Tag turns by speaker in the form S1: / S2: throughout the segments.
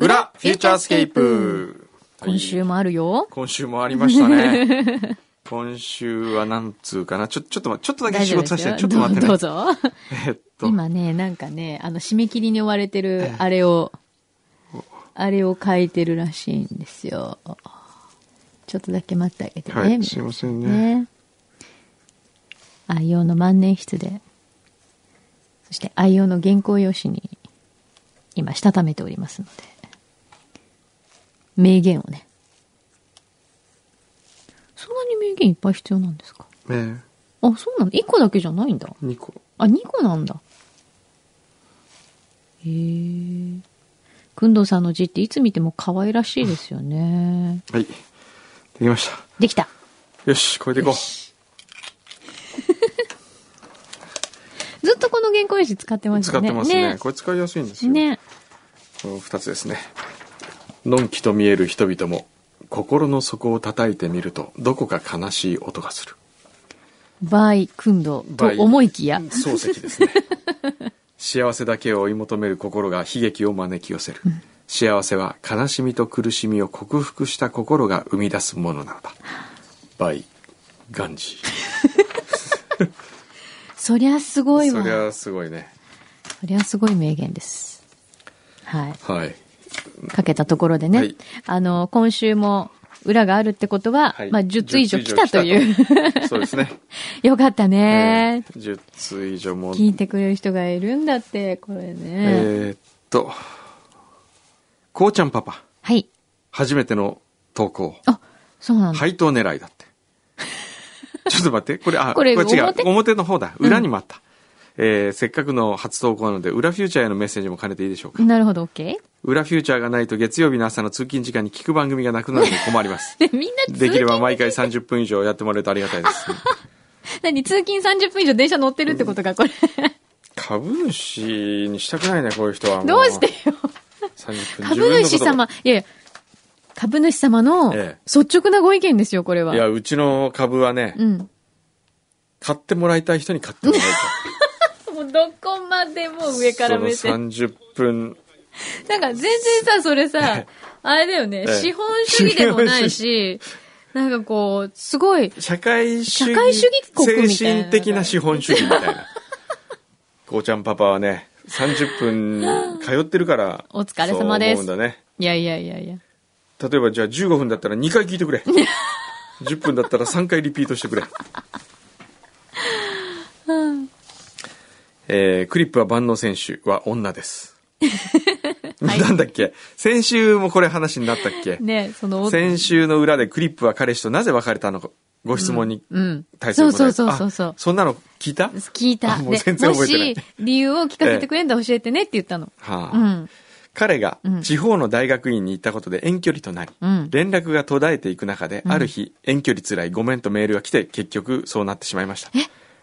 S1: チャースケープ。
S2: 今週
S1: はい
S2: もあるよ。
S1: 今週もありましたね。 今週はなんつうかな。ちょ、ちょっと待って、ちょっとだけ
S2: 大
S1: 仕
S2: 丈
S1: 事
S2: 夫で
S1: させ
S2: す
S1: て
S2: よ。
S1: ね、ちょっと待ってね。
S2: どうぞ。
S1: えっと、
S2: 今ね、なんかね、あの、締め切りに追われてる、あれを、あれを書いてるらしいんですよ。ちょっとだけ待ってあげてね。
S1: はい、
S2: み
S1: すいません
S2: んな
S1: ね。
S2: ね。愛用の万年筆で、そして愛用の原稿用紙に、今、したためておりますので、名言をね。そんなに名言いっぱい必要なんですか
S1: ね
S2: あ、そうなんだ。1個だけじゃないんだ。
S1: え、2個。
S2: あ、2個なんだ。へえ。くんどうさんの字っていつ見ても可愛らしいですよね。
S1: はい。できました。
S2: できた。
S1: よし、これでいこう。
S2: ずっとこの原稿用紙使ってました
S1: 使っ
S2: よね。
S1: てますね。これ使いやすいんですよ。
S2: ね。
S1: この2つですね。のんきと見える人々も、心の底を叩いてみると、どこか悲しい音がする。
S2: バイ、くんどうと
S1: by
S2: 思いきや。
S1: 漱石ですね幸せだけを追い求める心が悲劇を招き寄せる、幸せは悲しみと苦しみを克服した心が生み出すものなのだ by ガンジー
S2: そりゃすごいわ。
S1: そりゃすごいね
S2: そりゃすごい名言です。はい。
S1: はい
S2: かけたところでね。
S1: はい
S2: あの、今週も裏があるってことは、
S1: はい
S2: まあ、10通以上来たとい
S1: 10
S2: う。
S1: 通以上来たとそうですね、
S2: よかった
S1: え
S2: ね。
S1: ー10通以上も
S2: 聞いてくれる人がいるんだって、これね。
S1: えーっとこうちゃんパパ
S2: はい。
S1: 初めての投稿
S2: あ、そうなんだ。
S1: 配当狙いだって。 ちょっと待って、これ、あ、
S2: これ
S1: 違う
S2: 表。
S1: 表の方だ。裏にもあった。えーせっかくの初投稿なので、裏フューチャーへのメッセージも兼ねていいでしょうか。
S2: なるほど、OK?
S1: 裏フューチャーがないと月曜日の朝の通勤時間に聞く番組がなくなるので困り ます。
S2: で、みんな
S1: できれば
S2: 通勤
S1: 毎回30分以上やってもらえるとありがたいです。
S2: 何通勤30分以上電車乗ってるってことか、これ。
S1: 株主にしたくないね、こういう人はも。
S2: どうしてよ。
S1: 30分
S2: 株主。様、いやいや、株主様の
S1: ええ
S2: 率直なご意見ですよ、これは。
S1: いや、うちの株はね、
S2: うん。も
S1: 買ってもらいたい人に買ってもらいたい。
S2: うどこまでも 上から目
S1: その
S2: 線。
S1: 30分
S2: なんか全然さ、それさ、あれだよね、
S1: ええ
S2: 資本主義でもないし、なんかこう、すごい、
S1: 社会主義
S2: 社会主義国みたいな
S1: 精神的な資本主義みたい なこうちゃんパパはね30分通ってるから
S2: お疲れ様です
S1: そう思うんだね
S2: いやいやいやいや。
S1: 例えばじゃあ15分だったら2回聞いて くれ10分だったら3回リピートしてくれ、えークリップは万能選手は女 です、なんだっけ先週もこれ話になったっけ、
S2: ね、その、
S1: 先週の裏でクリップは彼氏となぜ別れたのかご質問に
S2: うん。
S1: 対す
S2: そ
S1: る
S2: う
S1: 答
S2: そ
S1: え
S2: うそうそうそう
S1: あ。そんなの聞いた
S2: 聞いた。
S1: あ
S2: で
S1: もう全然
S2: も
S1: 覚えてない
S2: し、理由を聞かせてくれんだら教えてねって言ったの。
S1: はあ
S2: うん。
S1: 彼が
S2: うん
S1: 地方の大学院に行ったことで遠距離となり、
S2: うん。
S1: 連絡が途絶えていく中で、
S2: うん
S1: ある日遠距離つらいごめんとメールが来て結局そうなってしまいました、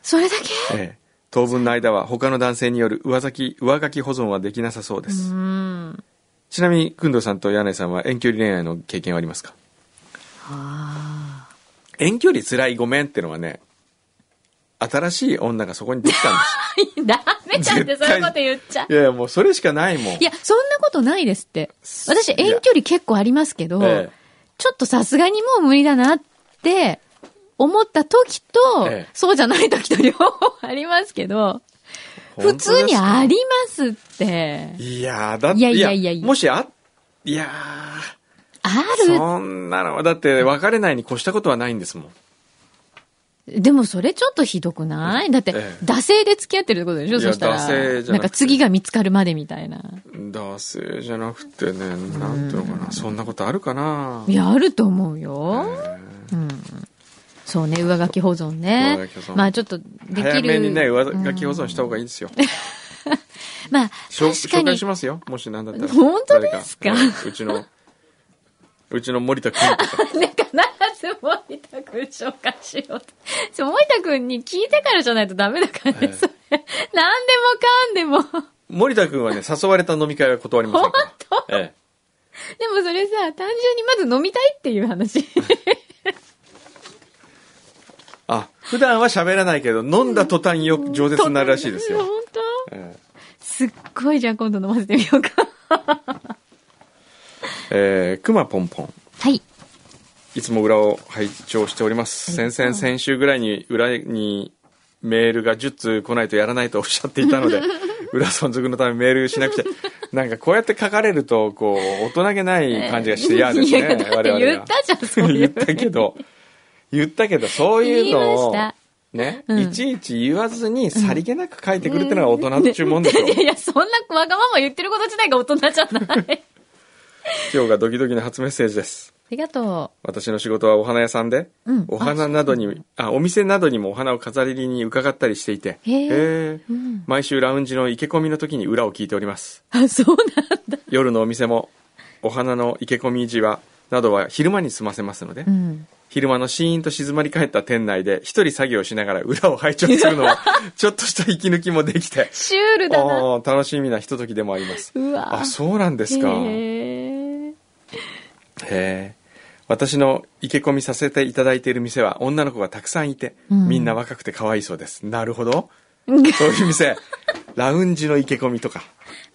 S2: それだけ
S1: ええ当分の間は他の男性による上書き上書き保存はできなさそうで
S2: う
S1: す、
S2: ん。
S1: ちなみに工藤さんと柳井さんは遠距離恋愛の経験はありますか
S2: ああ。
S1: 遠距離つらいごめんってのはね新しい女がそこにできたんで
S2: ダメだって
S1: 絶
S2: そ
S1: 対
S2: ういうこと言っちゃ
S1: す。いやいやもうそれしかないもん
S2: いや、そんなことないですって。私
S1: いや
S2: 遠距離結構ありますけど、
S1: ええ
S2: ちょっとさすがにもう無理だなって思った時と、
S1: ええ
S2: そうじゃない時と両方ありますけど、普
S1: 本当ですか
S2: 通にありますって。
S1: いやーだって
S2: いやいやいやいや
S1: もしあいやー
S2: あ
S1: そんなのは、だって別れないに越したことはないんですもん。
S2: る。でもそれちょっとひどくないだって
S1: ええ、
S2: 惰性で付き合ってるってことでしょ
S1: いや
S2: そしたら。
S1: 惰性じゃ
S2: な
S1: なくて
S2: んか次が見つかるまでみたいな。
S1: 惰性じゃなくてね、なんていうのかな、そんなことあるかない
S2: や、あると思う
S1: え
S2: よ。
S1: ー
S2: うん。そうね、上書き保存ね
S1: 上書き保。存
S2: まあちょっと、できる。
S1: 早めにね、上書き保存した方がいいですよ。
S2: うんまあ、
S1: 紹
S2: 確か
S1: 紹介
S2: に
S1: し。ますよ、もしなんだったら。
S2: 本当ですか
S1: 誰えーうちの、うちの森田君とか。
S2: なんか必ず森田くん紹介しようと。そう森田くんに聞いてからじゃないとダメだからね、
S1: ええ
S2: それ。何でもかんでも。
S1: 森田君はね、誘われた飲み会は断りませんから。本当え
S2: でもそれさ、単純にまず飲みたいってい う話。
S1: えあ、普段は喋らないけど、飲んだ途端よく饒舌になるらしいですよ。
S2: 本当
S1: ええ
S2: すっごいじゃあ今度飲ませてみようか。
S1: えー、くまぽんぽん
S2: はい。
S1: いつも裏を拝聴しております。
S2: ありがと
S1: 先
S2: う
S1: 々先週ぐらいに裏にメールが10通来ないとやらないとおっしゃっていた ので、裏存続のためメールしなくちゃ。なんかこうやって書かれると、こう、大人げない感じがして嫌です
S2: いや
S1: ね、
S2: だっ
S1: 我
S2: て
S1: 々
S2: 言っ
S1: が。
S2: たじゃん、そうい
S1: 言っ
S2: うふうに。
S1: たけど、言ったけど、そういうのを
S2: 言いました、
S1: ね、
S2: うん
S1: いちいち言わずにさりげなく書いてくれてるのが大人の注 文ですよ。
S2: いやいや、そんなわがまま言ってること自体が大人じゃない。あ
S1: 今日がドキドキの初メッセージです。
S2: りがと
S1: 私の仕事はお花屋さんで、
S2: うん
S1: お花などにあお店などにもお花を飾りに伺ったりしていて
S2: へー
S1: へー
S2: ん
S1: 毎週ラウンジの生け込みの時に裏を聞いております
S2: う。あ、そうなんだ。
S1: 夜のお店もお花の生け込み市場などは昼間に済ませますので、
S2: うん。
S1: 昼間のシーンと静まり返った店内で一人作業しながら裏を拝聴するの はちょっとした息抜きもできて
S2: シュールだな。
S1: あー楽しみなひとときでもあります
S2: うわ
S1: あそうなんですか
S2: へえ。
S1: へえ私の生け込みさせていただいている店は女の子がたくさんいて、
S2: うん
S1: みんな若くて可愛いそうですなるほ どそういう店ラウンジの生け込みとか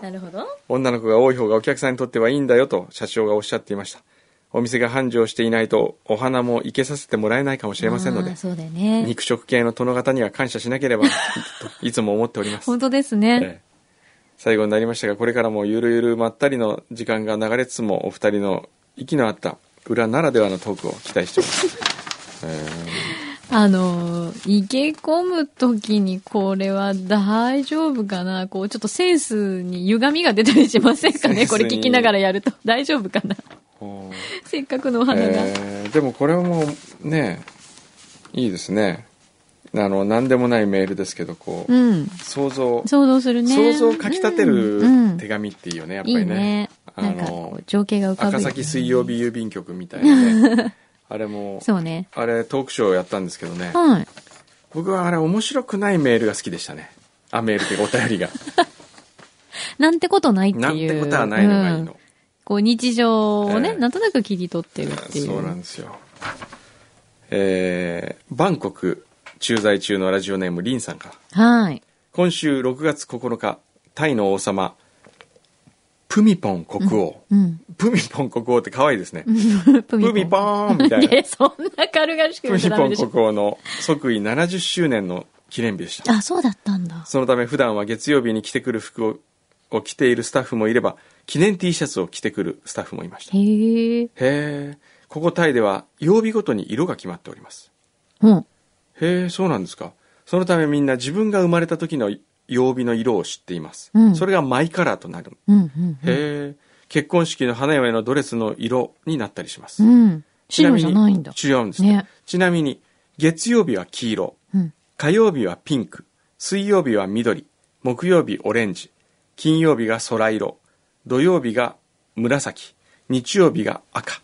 S2: なるほど。
S1: 女の子が多い方がお客さんにとってはいいんだよと社長がおっしゃっていましたお店が繁盛していないとお花も生けさせてもらえないかもしれませんの
S2: あー
S1: で
S2: そうだよね。
S1: 肉食系の殿方には感謝しなければといつも思っております
S2: 本当です
S1: え
S2: ね。
S1: え最後になりましたがこれからもゆるゆるまったりの時間が流れつつもお二人の息の合った裏ならではのトークを期待しており ます、え
S2: あのー、生け込むときにこれは大丈夫かなこう、ちょっとセンスに歪みが出たりしませんか
S1: セン
S2: ね
S1: ス
S2: こ
S1: に
S2: れ聞きながらやると。大丈夫かな
S1: えほう
S2: せっかくのお花が。
S1: ええでもこれはもうねいいですねあの何でもないメールですけどこう、
S2: うん。
S1: 想像
S2: 想像するね。
S1: 想像をかきたてる
S2: うんうん
S1: 手紙っていいよねやっぱ
S2: いい
S1: りね,、
S2: ね。
S1: あ
S2: な
S1: の
S2: んかこう、情景が浮かぶ。
S1: 赤崎水曜日郵便局みたいな ねあれも
S2: そうね。
S1: あれトークショーやったんですけどね、
S2: はい。
S1: 僕はあれ面白くないメールが好きでしたねあメールっていうかお便り が
S2: なんてことないっていう。
S1: なんてことはないのがいい
S2: うん
S1: の、
S2: こう、日常をね、
S1: ええ
S2: なんとなく切り取ってるっていう。
S1: そうなんですよえーバンコク駐在中のラジオネームリンさんから
S2: はい。
S1: 今週6月9日タイの王様プミポン国王、
S2: うん。
S1: プミポン国王って可愛いですね、
S2: プ
S1: プミポーンみ たいな
S2: え、そんな軽々しく
S1: プ
S2: 言っちゃ
S1: ミ
S2: ダ
S1: ポ
S2: メ
S1: ン
S2: でしょ。
S1: 国王の即位70周年の記念日でした
S2: あ、そうだったんだ。
S1: そのため普段は月曜日に着てくる服をを着ているスタッフもいれば記念 T シャツを着てくるスタッフもいましたへ
S2: へえ。
S1: えここタイでは曜日ごとに色が決まっております
S2: うん。
S1: へえそうなんですかそのためみんな自分が生まれた時の曜日の色を知っています、
S2: うん
S1: それがマイカラーとなる
S2: うん、
S1: へえ結婚式の花嫁のドレスの色になったりしま
S2: う
S1: す、
S2: ん。うん。
S1: ちみ
S2: 白
S1: に
S2: じゃないんだ。
S1: 違うんですね
S2: ね
S1: ちなみに月曜日は黄色
S2: うん。
S1: 火曜日はピンク水曜日は緑木曜日オレンジ金曜日が空色土曜日が紫日曜日が赤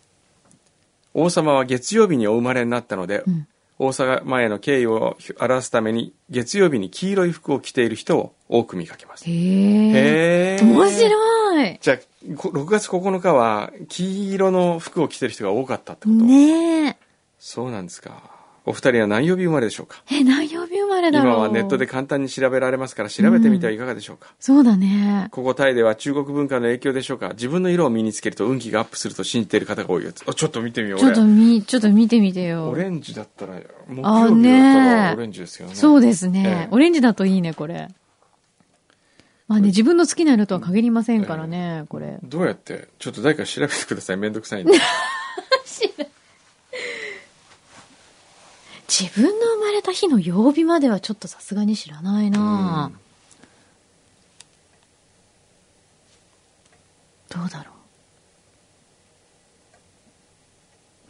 S1: 王様は月曜日にお生まれになったので、
S2: うん
S1: 王様への敬意を表すために月曜日に黄色い服を着ている人を多く見かけます
S2: へえ。
S1: へえ
S2: 面白い。
S1: じゃあこ6月9日は黄色の服を着てる人が多かったってこと、
S2: ねえ。
S1: そうなんですかお二人は何曜日生まれでしょうか
S2: え、何曜日生まれだろう
S1: 今はネットで簡単に調べられますから調べてみてはいかがでしょうか、
S2: そうだね。
S1: ここタイでは中国文化の影響でしょうか自分の色を身につけると運気がアップすると信じている方が多いようですあちょっと見てみよう
S2: ちょっと
S1: 俺
S2: み、ちょっと見てみてよ。
S1: オレンジだったら木曜日
S2: あ
S1: だった
S2: ね
S1: ら
S2: え
S1: オレンジですよね
S2: そう
S1: で
S2: です
S1: ええ
S2: ね。オレンジだといいね、これ。まあね、自分の好きな色とは限りませんからね、これ。
S1: どうやってちょっと誰か調べてくださいめんどくさいんで
S2: 自分の生まれた日の曜日まではちょっとさすがに知らないな
S1: うん
S2: どうだろ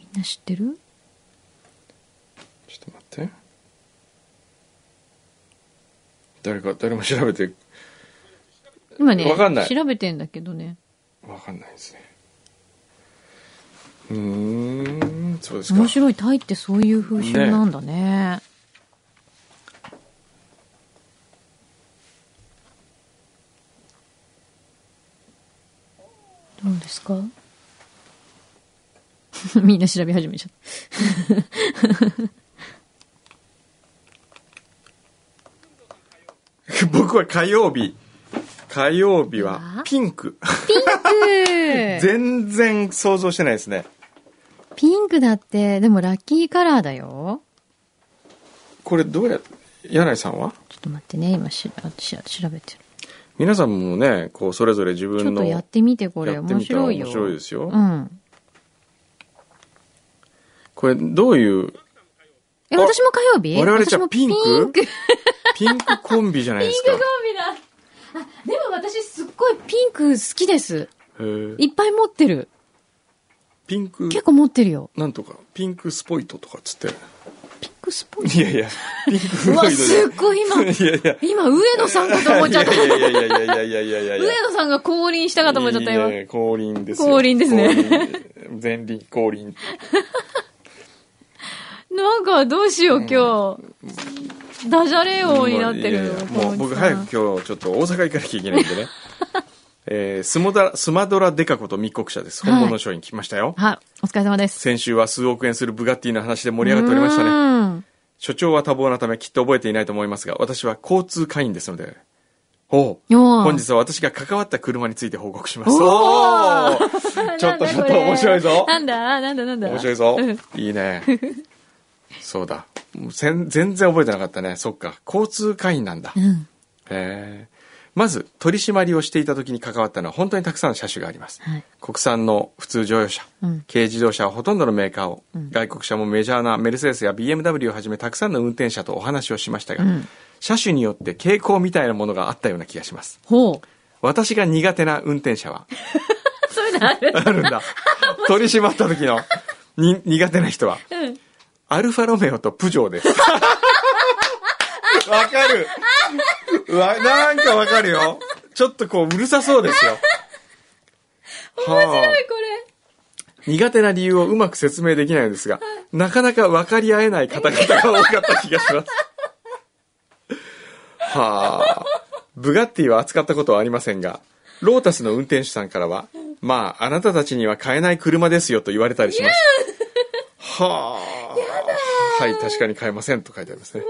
S2: う。みんな知ってる
S1: ちょっと待って誰か誰も調べて
S2: 今ね
S1: わかんない
S2: 調べてんだけどね。
S1: わかんないですねうーんそうですか
S2: 面白いタイってそういう風習なんだね。どうですか みんな調べ始めちゃった。
S1: 僕は火曜日火曜日はピンク。
S2: ピンク
S1: 全然想像してないですね。
S2: ピンクだって、でもラッキーカラーだよ。
S1: これどうや、柳井さんは
S2: ちょっと待ってね、今しあし調べてる。
S1: 皆さんもね、こう、それぞれ自
S2: ちょ
S1: 分
S2: っ
S1: の。
S2: とやってみて、これ。
S1: やって
S2: 面
S1: みたら
S2: 白いよ。
S1: 面白いですよ。
S2: うん。
S1: これ、どういう、
S2: え、
S1: あ
S2: 私も火曜日
S1: 我々じ
S2: 私
S1: ゃあ
S2: も
S1: ピンク
S2: ピンク
S1: ピンクコンビじゃないです
S2: ピ
S1: か。
S2: ンクゴミだ。あ、でも私すっごいピンク好きです。
S1: へえ
S2: いっぱい持ってる。
S1: ピンク、
S2: 結構持ってるよ。
S1: なんとか、ピンクスポイトとかっつって。
S2: ピンクスポイ
S1: いやいや、ピンク
S2: ト。
S1: フ
S2: う
S1: ロ
S2: わ、
S1: イド
S2: すっごい今、
S1: で。いやいや。
S2: 今、上野さんかと思っ
S1: い
S2: ちゃ
S1: や
S2: った。
S1: いやいやいやいやいやいやいやいや。
S2: 上野さんが降臨したかと思っちゃった
S1: いやい
S2: 今。
S1: や降臨ですよ。
S2: 降臨ですね
S1: 降臨。前輪降臨。
S2: なんかどうしよう今日。ダジャレ王になってるよ
S1: いやいや
S2: こ
S1: もう
S2: の
S1: 僕
S2: さ
S1: 早く今日ちょっと大阪行かなきゃいけないんで ね。えー、スモダラスマドラデカこと密告者です。本物商品来ましたよ。
S2: はい、お疲れ様です。
S1: 先週は数億円するブガッティの話で盛り上がっておりましたね。
S2: ね。
S1: 所長は多忙なためきっと覚えていないと思いますが、私は交通会員ですので。おう
S2: おう
S1: 本日は私が関わった車について報告します。
S2: おう
S1: おうちょっとちょっと面白いぞ。
S2: なんだなんだなんだ
S1: 面白いぞ
S2: うん。
S1: いいね。そうだ。もうせん全然覚えてなかったね。そっか。交通会員なんだ。
S2: うん。
S1: へえまず、取り締まりをしていた時に関わったのは本当にたくさんの車種があります。
S2: はい。
S1: 国産の普通乗用車、
S2: うん
S1: 軽自動車はほとんどのメーカーを、外国車もメジャーなメルセデスや BMW をはじめたくさんの運転者とお話をしましたが、
S2: うん
S1: 車種によって傾向みたいなものがあったような気がします。
S2: ほ
S1: 私が苦手な運転者は、
S2: う。 そういうのある
S1: あ るんだ。取り締まった時のに苦手な人は、
S2: うん
S1: アルファロメオとプジョー です。わかる。わ、なんかわかるよ。ちょっとこう、うるさそうですよ。面
S2: こ
S1: 白
S2: れ。
S1: 苦手な理由をうまく説明できないのですが、なかなか分かり合えない方々が多かった気がします。はあ。ブガッティは扱ったことはありませんが、ロータスの運転手さんからは、まあ、あなたたちには買えない車ですよと言われたりしました。はあ。はい、確かに買えませんと書いてありますね。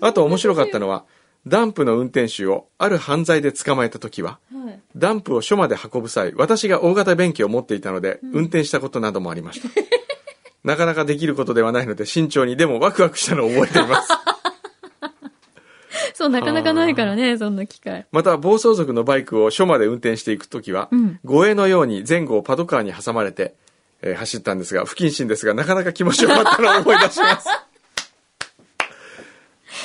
S1: あと面白かったのは、ダンプの運転手をある犯罪で捕まえた時は、
S2: はい。
S1: ダンプを署まで運ぶ際、私が大型便器を持っていたので、運転したことなどもありました。 なかなかできることではないので、慎重に、でもワクワクしたのを覚えてい ます。
S2: そう、なかなかないからね、そんな機会。
S1: また、暴走族のバイクを署まで運転していくときは、
S2: ん
S1: 護衛のように前後をパトカーに挟まれて、えー走ったんですが、不謹慎ですが、なかなか気持ちよかったのを思い出します。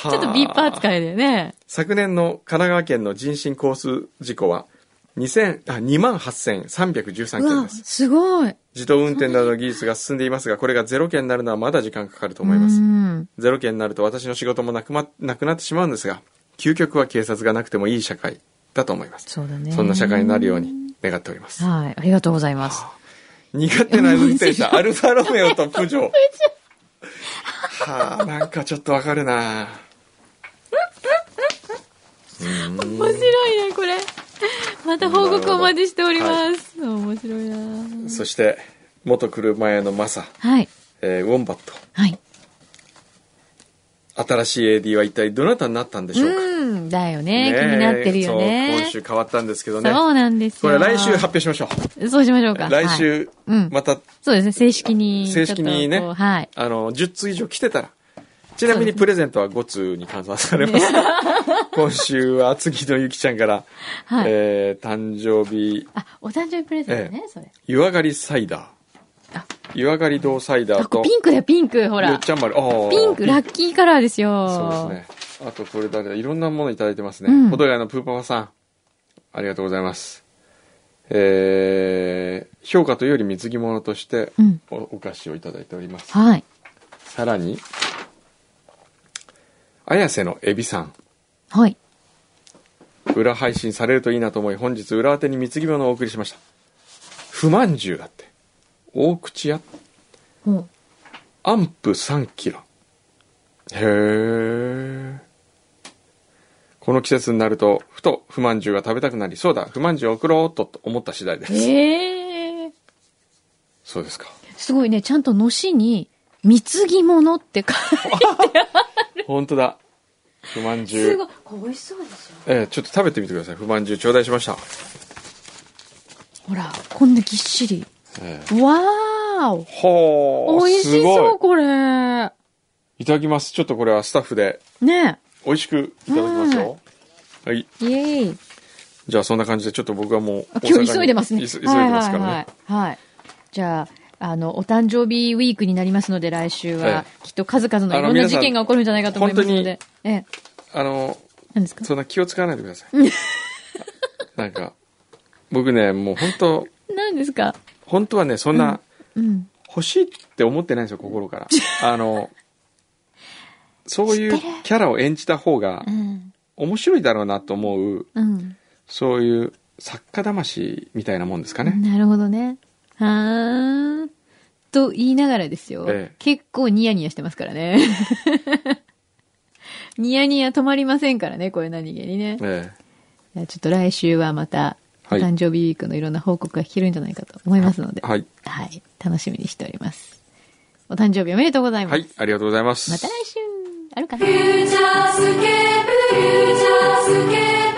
S2: ちょっとビーパー扱いだよね。
S1: 昨年の神奈川県の人身交通事故は、2000あ28,313
S2: う
S1: 件
S2: わ、
S1: です。
S2: すごい。
S1: 自動運転などの技術が進んでいますが、これがゼロ件になるのはまだ時間かかると思いま
S2: う
S1: す。
S2: ん。
S1: ゼロ件になると私の仕事もなく,、ま、なくなってしまうんですが、究極は警察がなくてもいい社会だと思います。
S2: そうだね。
S1: そんな社会になるように願っております。
S2: はい、ありがとうございます。
S1: 苦手な運転 者、アルファロメオとプジョー。はあ、なんかちょっとわかるな
S2: 面白いね、これ。また報告をお待ちしております。面白いな
S1: そして、元車屋のマサ、
S2: はい。
S1: えーウォンバット。
S2: はい。
S1: 新しい AD は一体どなたになったんでしょうか、
S2: うん、だよね
S1: ねえ
S2: 気になってるよね。
S1: そう今週変わったんですけどね。
S2: そうなんです
S1: こ
S2: よ。
S1: れ来週発表しましょう。
S2: そうしましょうか。
S1: 来
S2: はい
S1: 週、
S2: うん
S1: また、
S2: そうですね、正式に。
S1: 正式にね
S2: ちょっとこうはい。
S1: あの、10通以上来てたら、ちなみ
S2: そうで
S1: に
S2: すね
S1: プレゼントは5通に換算され ます。今週は厚木のゆきちゃんから、
S2: はい
S1: えー誕生日、
S2: あ、お誕生日プレゼントね、
S1: え
S2: それ。
S1: 湯上がりサイダー
S2: あ。
S1: 湯上がり堂サイダ
S2: あ、
S1: ー、
S2: ことれピンクだよ、ピンク、ほ
S1: よ
S2: ら
S1: っ。ちゃん丸、あー
S2: ピンク、ラッキーカラーですよ。
S1: そうですね。あとこれ誰だいろんなものいただいてますね。
S2: うん
S1: ほどやのプーパパさん。ありがとうございます。えー、評価というより水着物として
S2: うん
S1: お,、菓子をいただいております。
S2: はい。
S1: さらに、綾瀬のエビさん。
S2: はい。
S1: 裏配信されるといいなと思い、本日裏宛てに水着物をお送りしました。不満重だって。大口屋
S2: ほう
S1: アンプ3キロ。へえ。この季節になると、ふと不満中が食べたくなり、そうだ、不満中を送ろうっとと思った次第です。
S2: ええー。
S1: そうですか。
S2: すごいね、ちゃんとのしに、貢ぎ物って書いて、
S1: 本当だ。不満
S3: す
S1: 中
S3: ごい。これ美味しそうでしょ。
S1: ええちょっと食べてみてください不満中頂戴しました、
S2: ほら、こんなぎっしり。
S1: ええ
S2: わー
S1: は
S2: お
S1: あ
S2: 美味
S1: す
S2: しそ
S1: ご
S2: う、これ。
S1: いいただきますちょっとこれはスタッフで
S2: ね
S1: 美味しくいただきますよはい
S2: え。イエーイ。
S1: じゃあそんな感じでちょっと僕はもう
S2: あ今日急いでますね。
S1: 大阪に急急いでますからね、
S2: はいはいはい、はい。じゃあ、あの、お誕生日ウィークになりますので、来週は
S1: え、
S2: きっと数々のいろ
S1: あの
S2: んな
S1: 皆さ
S2: 事
S1: ん
S2: 件が起こるんじゃないかと思いますので。ええ。
S1: あの
S2: 何ですか
S1: そんな気を使わないでください なんか僕ねもう本当
S2: 何ですか
S1: 本当はねそんな
S2: うん。
S1: 欲しいって思ってないんですよ心 からあのそういう
S2: 知ってる
S1: キャラを演じた方が
S2: うん。
S1: 面白いだろうなと思う
S2: うん。
S1: そういう作家魂みたいなもんですかね、
S2: なるほどね。はーん。と言いながらですよ。
S1: ええ
S2: 結構ニヤニヤしてますからね。 ニヤニヤ止まりませんからね、これ何気にね。
S1: え
S2: いやちょっと来週はまた、お
S1: はい
S2: 誕生日ウィークのいろんな報告が聞けるんじゃないかと思いますので。
S1: えはい
S2: はい。楽しみにしております。お誕生日おめでとうございま
S1: は
S2: す。
S1: いありがとうございます
S2: また来週あるかな
S3: フューチャースケープ、フューチャースケープ